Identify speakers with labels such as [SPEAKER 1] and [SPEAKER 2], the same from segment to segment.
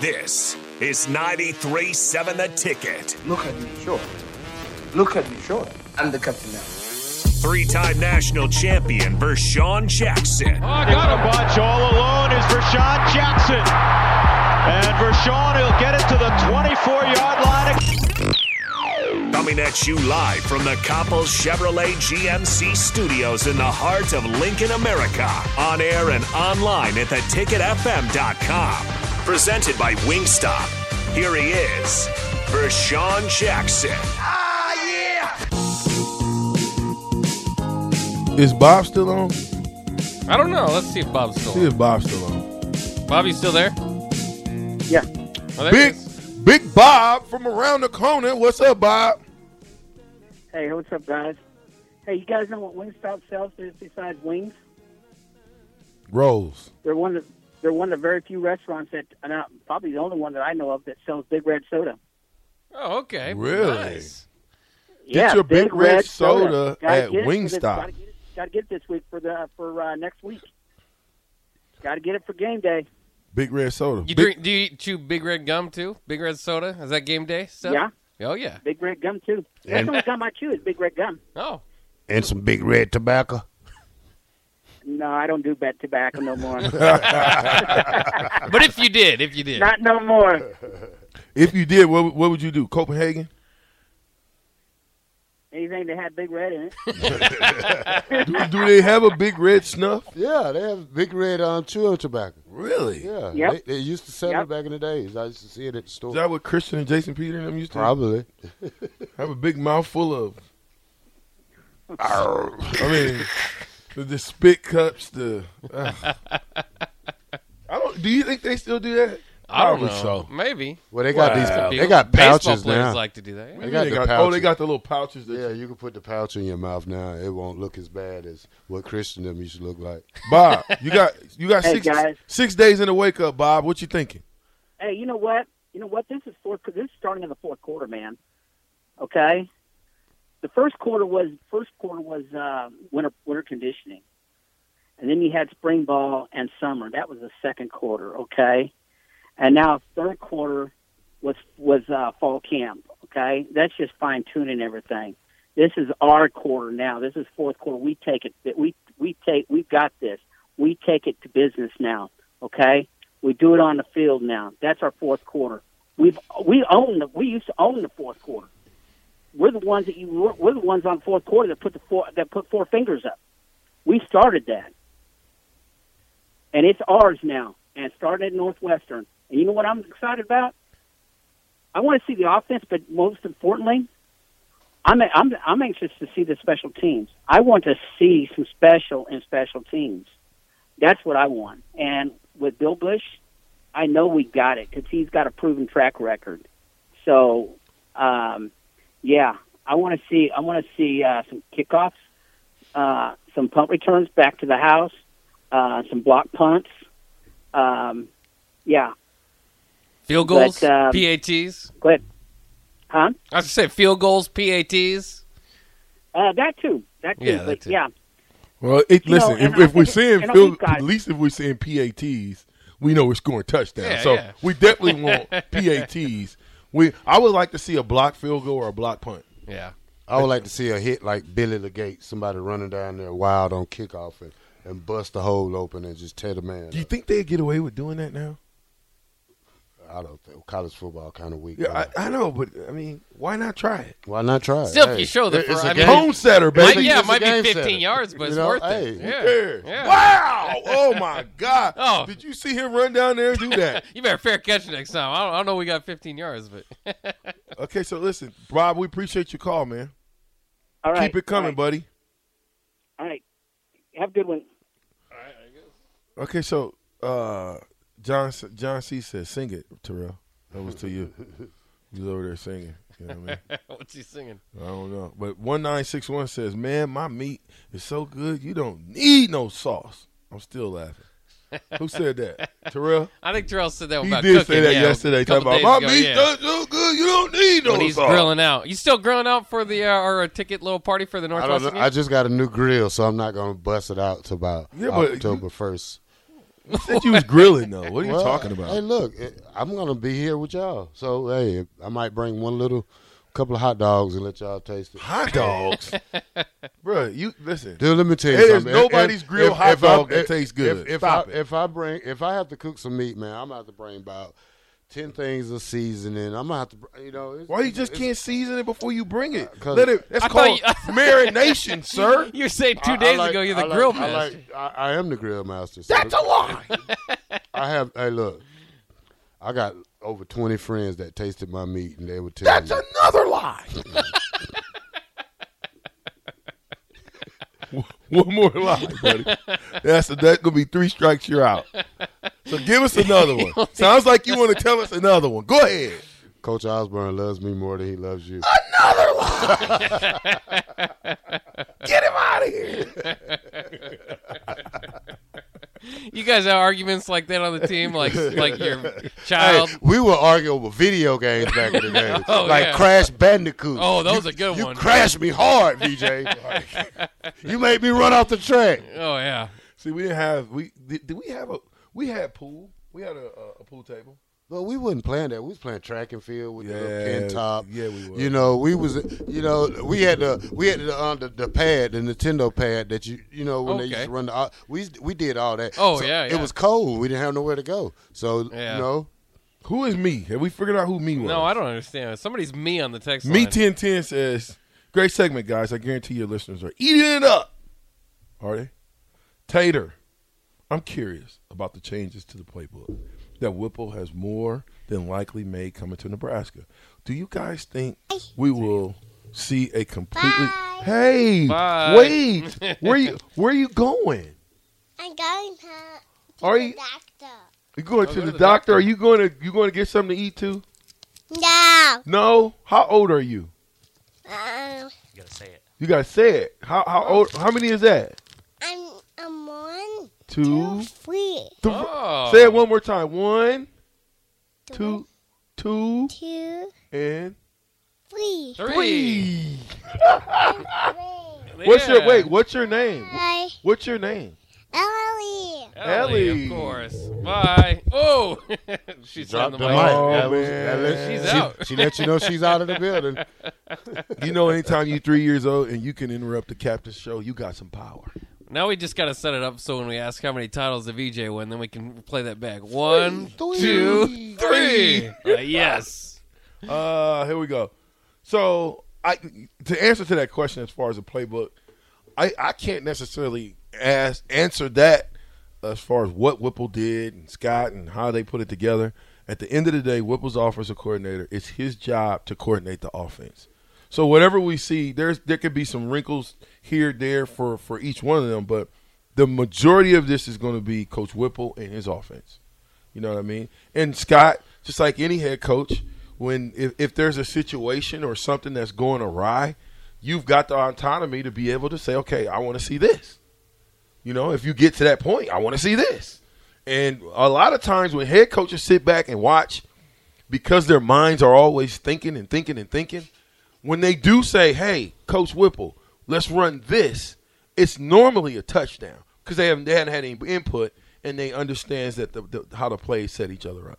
[SPEAKER 1] This is 93.7 The Ticket.
[SPEAKER 2] Look at me, sure. Look at me, sure. I'm the captain now.
[SPEAKER 1] Three time national champion Vershawn Jackson.
[SPEAKER 3] I got a bunch all alone is Rashawn Jackson. And Vershawn, he'll get it to the 24-yard line.
[SPEAKER 1] Coming at you live from the Coppel Chevrolet GMC studios in the heart of Lincoln, America. On air and online at theticketfm.com. Presented by Wingstop. Here he is, Vershawn Jackson.
[SPEAKER 4] Is Bob still on?
[SPEAKER 5] I don't know. Let's see if Bob's still.
[SPEAKER 4] See
[SPEAKER 5] on.
[SPEAKER 4] if Bob's still on.
[SPEAKER 5] Bobby's still there.
[SPEAKER 2] Yeah.
[SPEAKER 5] Oh, there he
[SPEAKER 4] Big,
[SPEAKER 5] is.
[SPEAKER 4] Big Bob from around the corner. What's up, Bob?
[SPEAKER 6] Hey, what's up, guys? Hey, you guys know what Wingstop sells is besides wings?
[SPEAKER 4] Rolls.
[SPEAKER 6] They're one of they're one of the very few restaurants that, and uh, probably the only one that I know of that sells Big Red Soda.
[SPEAKER 5] Oh, okay.
[SPEAKER 4] Really?
[SPEAKER 5] Nice.
[SPEAKER 4] Get your Big Red Soda
[SPEAKER 6] Gotta
[SPEAKER 4] at
[SPEAKER 6] get it for this-
[SPEAKER 4] Wingstop.
[SPEAKER 6] Gotta get, it, gotta get it this week for the for uh, next week. Gotta get it for game day.
[SPEAKER 4] Big Red Soda.
[SPEAKER 5] You
[SPEAKER 4] Big-
[SPEAKER 5] drink? Do you chew Big Red gum too? Big Red soda? Is that game day stuff?
[SPEAKER 6] Yeah.
[SPEAKER 5] Oh yeah.
[SPEAKER 6] Big Red gum too. That's
[SPEAKER 4] And-
[SPEAKER 6] the only gum I chew is Big Red gum.
[SPEAKER 5] Oh.
[SPEAKER 4] and some Big Red tobacco.
[SPEAKER 6] No, I don't do bad tobacco no more.
[SPEAKER 5] But if you did, if you did,
[SPEAKER 6] Not no more.
[SPEAKER 4] If you did, what, what would you do? Copenhagen?
[SPEAKER 6] Anything that had Big Red in it.
[SPEAKER 4] Do, do they have a Big Red snuff?
[SPEAKER 7] Yeah, they have big red um, chewing tobacco.
[SPEAKER 4] Really?
[SPEAKER 7] Yeah,
[SPEAKER 6] Yep.
[SPEAKER 7] they, they used to sell
[SPEAKER 6] Yep.
[SPEAKER 7] it back in the days. I used to see it at the store.
[SPEAKER 4] Is that what Christian and Jason Peter and them used to
[SPEAKER 7] Probably.
[SPEAKER 4] have a big mouthful of? Arr. I mean, the, the spit cups. The ah. I don't. Do you think they still do that?
[SPEAKER 5] I don't know.
[SPEAKER 4] Probably
[SPEAKER 5] Maybe.
[SPEAKER 7] Well, they got
[SPEAKER 4] Wow.
[SPEAKER 7] these.
[SPEAKER 5] People-
[SPEAKER 7] They got
[SPEAKER 5] Baseball
[SPEAKER 7] pouches
[SPEAKER 5] players
[SPEAKER 7] now.
[SPEAKER 5] like to do that. yeah.
[SPEAKER 7] They got
[SPEAKER 4] They
[SPEAKER 7] the
[SPEAKER 4] got- oh, they
[SPEAKER 7] pouches.
[SPEAKER 4] got the little pouches. That
[SPEAKER 7] yeah, you can put the pouch in your mouth now. It won't look as bad as what Christian them used to look like.
[SPEAKER 4] Bob, you got you got
[SPEAKER 6] Hey,
[SPEAKER 4] six
[SPEAKER 6] guys.
[SPEAKER 4] six days in the wake up, Bob. What you thinking?
[SPEAKER 6] hey, you know what? You know what? This is fourth. This is starting in the fourth quarter, man. Okay. The first quarter was first quarter was uh, winter winter conditioning, and then you had spring ball and summer. That was the second quarter, okay. And now third quarter was was uh, fall camp. Okay, that's just fine tuning everything. This is our quarter now. This is fourth quarter. We take it. that We we take. We've got this. We take it to business now. Okay, we do it on the field now. That's our fourth quarter. We've we own the. We used to own the fourth quarter. We're the ones that you. We're the ones on fourth quarter that put the four that put four fingers up. We started that, and it's ours now. And it started at Northwestern. And you know what I'm excited about? I want to see the offense, but most importantly, I'm I'm I'm anxious to see the special teams. I want to see some special and special teams. That's what I want. And with Bill Bush, I know we got it because he's got a proven track record. So, um, yeah, I want to see I want to see uh, some kickoffs, uh, some punt returns back to the house, uh, some block punts. Um, yeah,
[SPEAKER 5] Field goals,
[SPEAKER 6] But, um,
[SPEAKER 5] PATs.
[SPEAKER 6] go ahead. Huh?
[SPEAKER 5] I was gonna say field goals, PATs.
[SPEAKER 6] Uh, that too. That too.
[SPEAKER 5] Yeah,
[SPEAKER 6] but
[SPEAKER 5] that too.
[SPEAKER 6] yeah.
[SPEAKER 4] Well, it,
[SPEAKER 6] You know,
[SPEAKER 4] listen,
[SPEAKER 6] and
[SPEAKER 4] if, if
[SPEAKER 6] I
[SPEAKER 4] we're
[SPEAKER 6] think it-
[SPEAKER 4] seeing
[SPEAKER 6] and I
[SPEAKER 4] field,
[SPEAKER 6] think guys-
[SPEAKER 4] at least if we're seeing PATs, we know we're scoring touchdowns.
[SPEAKER 5] Yeah,
[SPEAKER 4] so
[SPEAKER 5] yeah.
[SPEAKER 4] we definitely want PATs. We I would like to see a block field goal or a block punt.
[SPEAKER 5] Yeah.
[SPEAKER 7] I would like to see a hit like Billy Legate, somebody running down there wild on kickoff and, and bust the hole open and just tear the man.
[SPEAKER 4] Do you
[SPEAKER 7] up.
[SPEAKER 4] think they get away with doing that now?
[SPEAKER 7] I don't think college football kind of weak.
[SPEAKER 4] Yeah,
[SPEAKER 7] man.
[SPEAKER 4] I, I know, but I mean, why not try it?
[SPEAKER 7] Why not try? it?
[SPEAKER 5] Still, if
[SPEAKER 7] Hey,
[SPEAKER 5] you show the
[SPEAKER 7] it- it's
[SPEAKER 5] fir-
[SPEAKER 7] a
[SPEAKER 5] I mean-
[SPEAKER 7] game.
[SPEAKER 4] Home setter,
[SPEAKER 5] Might,
[SPEAKER 4] baby.
[SPEAKER 5] yeah, it
[SPEAKER 7] it's a
[SPEAKER 5] might be
[SPEAKER 7] game
[SPEAKER 5] 15
[SPEAKER 7] setter.
[SPEAKER 5] yards, but
[SPEAKER 7] You
[SPEAKER 5] it's
[SPEAKER 7] know,
[SPEAKER 5] worth
[SPEAKER 7] hey,
[SPEAKER 5] it.
[SPEAKER 7] who
[SPEAKER 5] Yeah.
[SPEAKER 4] There.
[SPEAKER 5] Yeah.
[SPEAKER 4] Wow! Oh my God!
[SPEAKER 5] Oh.
[SPEAKER 4] Did you see him run down there and do that?
[SPEAKER 5] You better fair catch next time. I don't, I don't know we got 15 yards, but
[SPEAKER 4] okay, so listen, Bob, we appreciate your call, man.
[SPEAKER 6] All right.
[SPEAKER 4] Keep it coming,
[SPEAKER 6] All right.
[SPEAKER 4] buddy.
[SPEAKER 6] All right. Have a good one.
[SPEAKER 4] Okay, so uh John S- John C said, "Sing it, Terrell." That was to you. you was over there singing. You know what I mean?
[SPEAKER 5] What's he singing?
[SPEAKER 4] I don't know. But 1961 says, Man, my meat is so good, you don't need no sauce. I'm still laughing. Who said that? Terrell?
[SPEAKER 5] I think Terrell said that one
[SPEAKER 4] He
[SPEAKER 5] about
[SPEAKER 4] did
[SPEAKER 5] cooking,
[SPEAKER 4] say that
[SPEAKER 5] yeah,
[SPEAKER 4] yesterday.
[SPEAKER 5] a couple
[SPEAKER 4] Talking about,
[SPEAKER 5] days
[SPEAKER 4] My
[SPEAKER 5] ago,
[SPEAKER 4] meat
[SPEAKER 5] yeah.
[SPEAKER 4] does so good, you don't need no
[SPEAKER 5] When he's
[SPEAKER 4] sauce.
[SPEAKER 5] grilling out. You still grilling out for the uh, or a ticket little party for the
[SPEAKER 7] I don't know.
[SPEAKER 5] Northwestern?
[SPEAKER 7] I just got a new grill, so I'm not gonna bust it out to about
[SPEAKER 4] Yeah, but you-
[SPEAKER 7] October first.
[SPEAKER 4] You said you was grilling, though. What are you
[SPEAKER 7] Well,
[SPEAKER 4] talking about?
[SPEAKER 7] Hey, look, it- I'm gonna be here with y'all, so hey, I might bring one little couple of hot dogs and let y'all taste it.
[SPEAKER 4] hot dogs? Bro, you listen.
[SPEAKER 7] Dude, let me tell you
[SPEAKER 4] There's
[SPEAKER 7] something. If-
[SPEAKER 4] nobody's
[SPEAKER 7] if-
[SPEAKER 4] grilled
[SPEAKER 7] if-
[SPEAKER 4] hot
[SPEAKER 7] if I-
[SPEAKER 4] dog that
[SPEAKER 7] if-
[SPEAKER 4] tastes good.
[SPEAKER 7] If, if
[SPEAKER 4] Stop
[SPEAKER 7] I,
[SPEAKER 4] it.
[SPEAKER 7] if I bring, if I have to cook some meat, man, I'm gonna have to bring about ten things of seasoning. I'm gonna have to, br- you know, it's,
[SPEAKER 4] Why you just
[SPEAKER 7] it's-
[SPEAKER 4] can't season it before you bring it?
[SPEAKER 7] 'cause-
[SPEAKER 4] Let it. That's
[SPEAKER 5] I
[SPEAKER 4] called
[SPEAKER 5] thought
[SPEAKER 4] marination, sir.
[SPEAKER 5] You're saying two
[SPEAKER 7] I- I
[SPEAKER 5] days
[SPEAKER 7] like-
[SPEAKER 5] ago you're
[SPEAKER 7] I
[SPEAKER 5] the
[SPEAKER 7] like-
[SPEAKER 5] grill
[SPEAKER 7] I,
[SPEAKER 5] master.
[SPEAKER 7] like- I- I am the grill master. so- I have. Hey, look, I got over twenty friends that tasted my meat, and they would tell me.
[SPEAKER 4] another lie. One more lie, buddy. That's that's gonna be three strikes. You're out. So give us another one. Sounds like you want to tell us another one. Go ahead.
[SPEAKER 7] Coach Osborne loves me more than he loves you.
[SPEAKER 4] Get him out of here.
[SPEAKER 5] You guys have arguments like that on the team, like like your child.
[SPEAKER 7] Hey, we were arguing over video games back in the day,
[SPEAKER 5] Um, Oh,
[SPEAKER 7] like
[SPEAKER 5] yeah.
[SPEAKER 7] Crash Bandicoot.
[SPEAKER 5] Oh, that was
[SPEAKER 7] You-
[SPEAKER 5] a good
[SPEAKER 7] you
[SPEAKER 5] one.
[SPEAKER 7] crashed me hard, VJ. you made me run off the track.
[SPEAKER 5] Oh yeah,
[SPEAKER 4] See, we didn't have we did, did we have a we had pool. We had a, a, a pool table.
[SPEAKER 7] Well, we wasn't playing that. We was playing track and field with the
[SPEAKER 4] Yeah,
[SPEAKER 7] little pin top.
[SPEAKER 4] yeah, we were.
[SPEAKER 7] You know, we was, you know, we had the we had the uh, the, the pad, the Nintendo pad that you you know when they
[SPEAKER 5] Okay.
[SPEAKER 7] used to run the uh, we we did all that.
[SPEAKER 5] Oh,
[SPEAKER 7] So
[SPEAKER 5] yeah,
[SPEAKER 7] it
[SPEAKER 5] yeah.
[SPEAKER 7] was cold. We didn't have nowhere to go. So
[SPEAKER 5] Yeah.
[SPEAKER 7] you know,
[SPEAKER 4] Who is me? Have we figured out who me was?
[SPEAKER 5] no, I don't understand. Somebody's me on the text
[SPEAKER 4] Me
[SPEAKER 5] line.
[SPEAKER 4] ten ten says, "Great segment, guys. I guarantee your listeners are eating it up." Are they? Tater, I'm curious about the changes to the playbook that Whipple has more than likely made coming to Nebraska. Do you guys think we will see a completely? Hey,
[SPEAKER 5] Bye.
[SPEAKER 4] wait, where you where you going?
[SPEAKER 8] I'm going to, to
[SPEAKER 4] Are
[SPEAKER 8] the
[SPEAKER 4] you-
[SPEAKER 8] doctor.
[SPEAKER 4] You going
[SPEAKER 5] I'll
[SPEAKER 4] to
[SPEAKER 5] go
[SPEAKER 4] the,
[SPEAKER 5] to
[SPEAKER 4] doctor?
[SPEAKER 5] the doctor.
[SPEAKER 4] Are you going to you going to get something to eat too?
[SPEAKER 8] No.
[SPEAKER 4] No. How old are you?
[SPEAKER 8] Um,
[SPEAKER 4] You gotta say it. How how old? How many is that?
[SPEAKER 8] I'm, I'm one,
[SPEAKER 4] Two.
[SPEAKER 8] two, three,
[SPEAKER 4] Th-
[SPEAKER 5] Oh.
[SPEAKER 4] Say it one more time. One, two, two,
[SPEAKER 8] two,
[SPEAKER 4] and
[SPEAKER 8] three.
[SPEAKER 5] three.
[SPEAKER 8] Three.
[SPEAKER 4] what's your
[SPEAKER 5] Yeah.
[SPEAKER 4] wait? What's your name?
[SPEAKER 8] Hi,
[SPEAKER 4] What's your name?
[SPEAKER 8] Ellie.
[SPEAKER 5] Ellie,
[SPEAKER 4] Ellie.
[SPEAKER 5] of course. Bye. Oh, she's on the
[SPEAKER 7] dropped
[SPEAKER 5] mic.
[SPEAKER 7] the mic.
[SPEAKER 4] Oh,
[SPEAKER 7] That was-
[SPEAKER 4] man.
[SPEAKER 7] that
[SPEAKER 5] She's
[SPEAKER 7] she,
[SPEAKER 5] out.
[SPEAKER 7] She let you know she's out of the building.
[SPEAKER 4] You know, anytime you're three years old and you can interrupt the captain's show, you got some power.
[SPEAKER 5] Now we just got to set it up so when we ask how many titles the VJ won, then we can play that back. One, two, three. Uh, yes.
[SPEAKER 4] Uh, here we go. So, I to answer to that question as far as the playbook, I I can't necessarily ask answer that as far as what Whipple did and Scott and how they put it together. At the end of the day, Whipple's offensive coordinator. It's his job to coordinate the offense. So whatever we see, there's there could be some wrinkles here, there for for each one of them, but the majority of this is going to be Coach Whipple and his offense. You know what I mean? And Scott, just like any head coach, when if, if there's a situation or something that's going awry, you've got the autonomy to be able to say, okay, I want to see this. You know, if you get to that point, I want to see this. And a lot of times when head coaches sit back and watch, because their minds are always thinking and thinking and thinking, when they do say, hey, Coach Whipple, let's run this, it's normally a touchdown because they haven't, they haven't had any input and they understands that the, the, how the plays set each other up.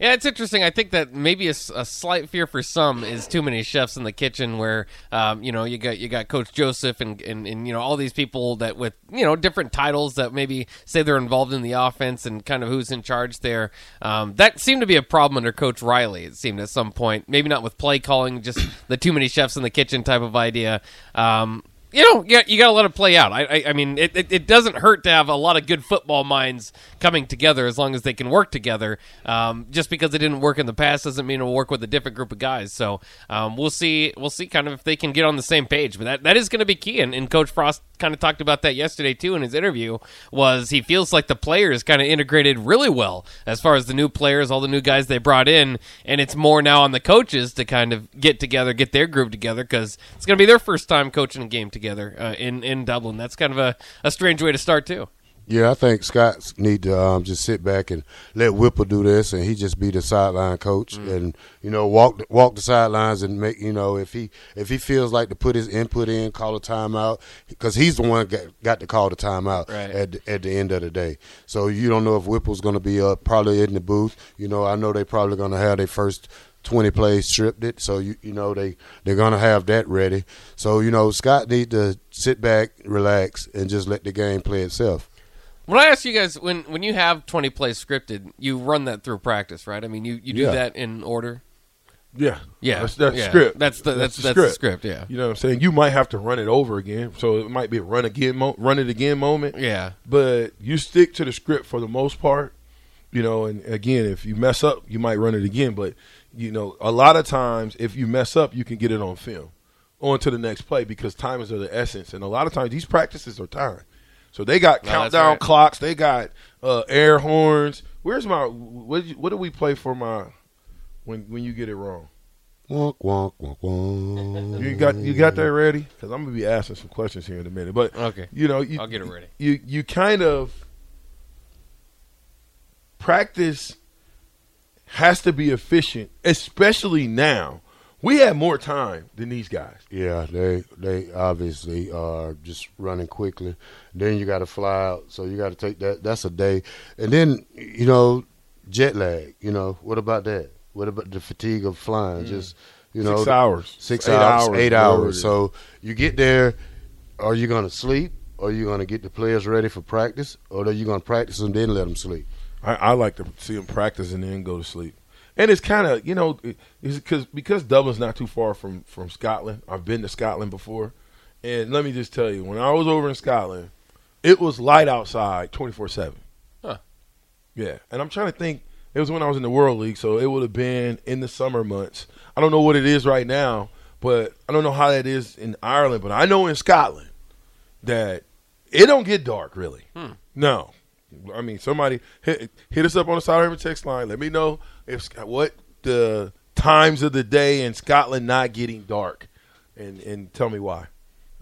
[SPEAKER 5] Yeah, it's interesting. I think that maybe a, s- a slight fear for some is too many chefs in the kitchen, where um, you know you got you got Coach Joseph and, and and you know all these people that with you know different titles that maybe say they're involved in the offense and kind of who's in charge there. Um, that seemed to be a problem under Coach Riley. It seemed at some point, maybe not with play calling, just the too many chefs in the kitchen type of idea. Um, you know, you, you got to let it play out. I, I, I mean, it, it, it doesn't hurt to have a lot of good football minds coming together as long as they can work together. Um, just because it didn't work in the past doesn't mean it'll work with a different group of guys. So um, we'll see. We'll see kind of if they can get on the same page. But that, that is going to be key. And, and Coach Frost kind of talked about that yesterday too in his interview. Was he feels like the players kind of integrated really well as far as the new players, all the new guys they brought in, and it's more now on the coaches to kind of get together, get their group together because it's going to be their first time coaching a game together uh, in in Dublin. That's kind of a, a strange way to start too.
[SPEAKER 7] Yeah, I think Scott need to um, just sit back and let Whipple do this, and he just be the sideline coach, and you know walk walk the sidelines and make you know if he if he feels like to put his input in, call a timeout because he's the one got got to call the timeout
[SPEAKER 5] Right.
[SPEAKER 7] at the- at the end of the day. So you don't know if Whipple's going to be up, probably in the booth. You know, I know they probably going to have their first. 20 plays stripped it so you you know they they're going to have that ready so you know Scott need to sit back relax and just let the game play itself
[SPEAKER 5] When I ask you guys, when when you have twenty plays scripted, you run that through practice, right? I mean, you, you do
[SPEAKER 4] Yeah.
[SPEAKER 5] that in order.
[SPEAKER 4] Yeah,
[SPEAKER 5] Yeah,
[SPEAKER 4] That's, that's
[SPEAKER 5] yeah.
[SPEAKER 4] script.
[SPEAKER 5] That's the- that's- that's the script, yeah.
[SPEAKER 4] you know what I'm saying. You might have to run it over again, so it might be a run again, mo- run it again moment.
[SPEAKER 5] Yeah.
[SPEAKER 4] but you stick to the script for the most part. You know, and again, if you mess up, you might run it again. But you know, a lot of times, if you mess up, you can get it on film, on to the next play because time is of the essence. And a lot of times, these practices are timed, so they got
[SPEAKER 5] No, that's
[SPEAKER 4] countdown
[SPEAKER 5] right.
[SPEAKER 4] clocks, they got uh, air horns. Where's my what? did you- What do we play for my when when you get it wrong?
[SPEAKER 7] Wonk, wonk, wonk, wonk.
[SPEAKER 4] You got you got that ready? Because I'm gonna be asking some questions here in a minute. But
[SPEAKER 5] Okay.
[SPEAKER 4] you know, you,
[SPEAKER 5] I'll get it ready.
[SPEAKER 4] You you kind of practice has to be efficient, especially now. We have more time than these guys.
[SPEAKER 7] Yeah, they they obviously are just running quickly. Then you got to fly out, so you got to take that. That's a day, and then you know jet lag. You know what about that? What about the fatigue of flying? Just you know
[SPEAKER 4] Mm. Six hours.
[SPEAKER 7] six
[SPEAKER 4] Eight
[SPEAKER 7] hours,
[SPEAKER 4] hours,
[SPEAKER 7] eight
[SPEAKER 4] whatever it
[SPEAKER 7] hours.
[SPEAKER 4] is.
[SPEAKER 7] So you get there. Are you gonna sleep? Are you gonna get the players ready for practice, or are you gonna practice and then let them sleep?
[SPEAKER 4] I, I like to see them practice and then go to sleep. And it's kind of you know, it- it's because because Dublin's not too far from from Scotland. I've been to Scotland before, and let me just tell you, when I was over in Scotland, it was light outside twenty four seven.
[SPEAKER 5] Huh.
[SPEAKER 4] Yeah, and I'm trying to think. It was when I was in the World League, so it would have been in the summer months. I don't know what it is right now, but I don't know how that is in Ireland, but I know in Scotland that it don't get dark really. No, I mean somebody hit, hit us up on the South Haven text line. Let me know if Sc- what the times of the day in Scotland not getting dark, and and tell me why.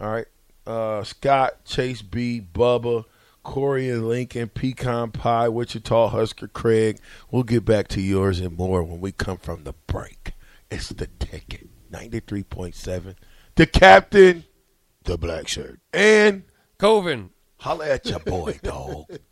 [SPEAKER 4] All right, uh, Scott Chase B Bubba. Corey and Lincoln, Pecan Pie, Wichita Husker, Craig. We'll get back to yours and more when we come from the break. It's the ticket, 93.7. The captain, the black shirt, and
[SPEAKER 5] Coven.
[SPEAKER 4] Holla at your boy, dog.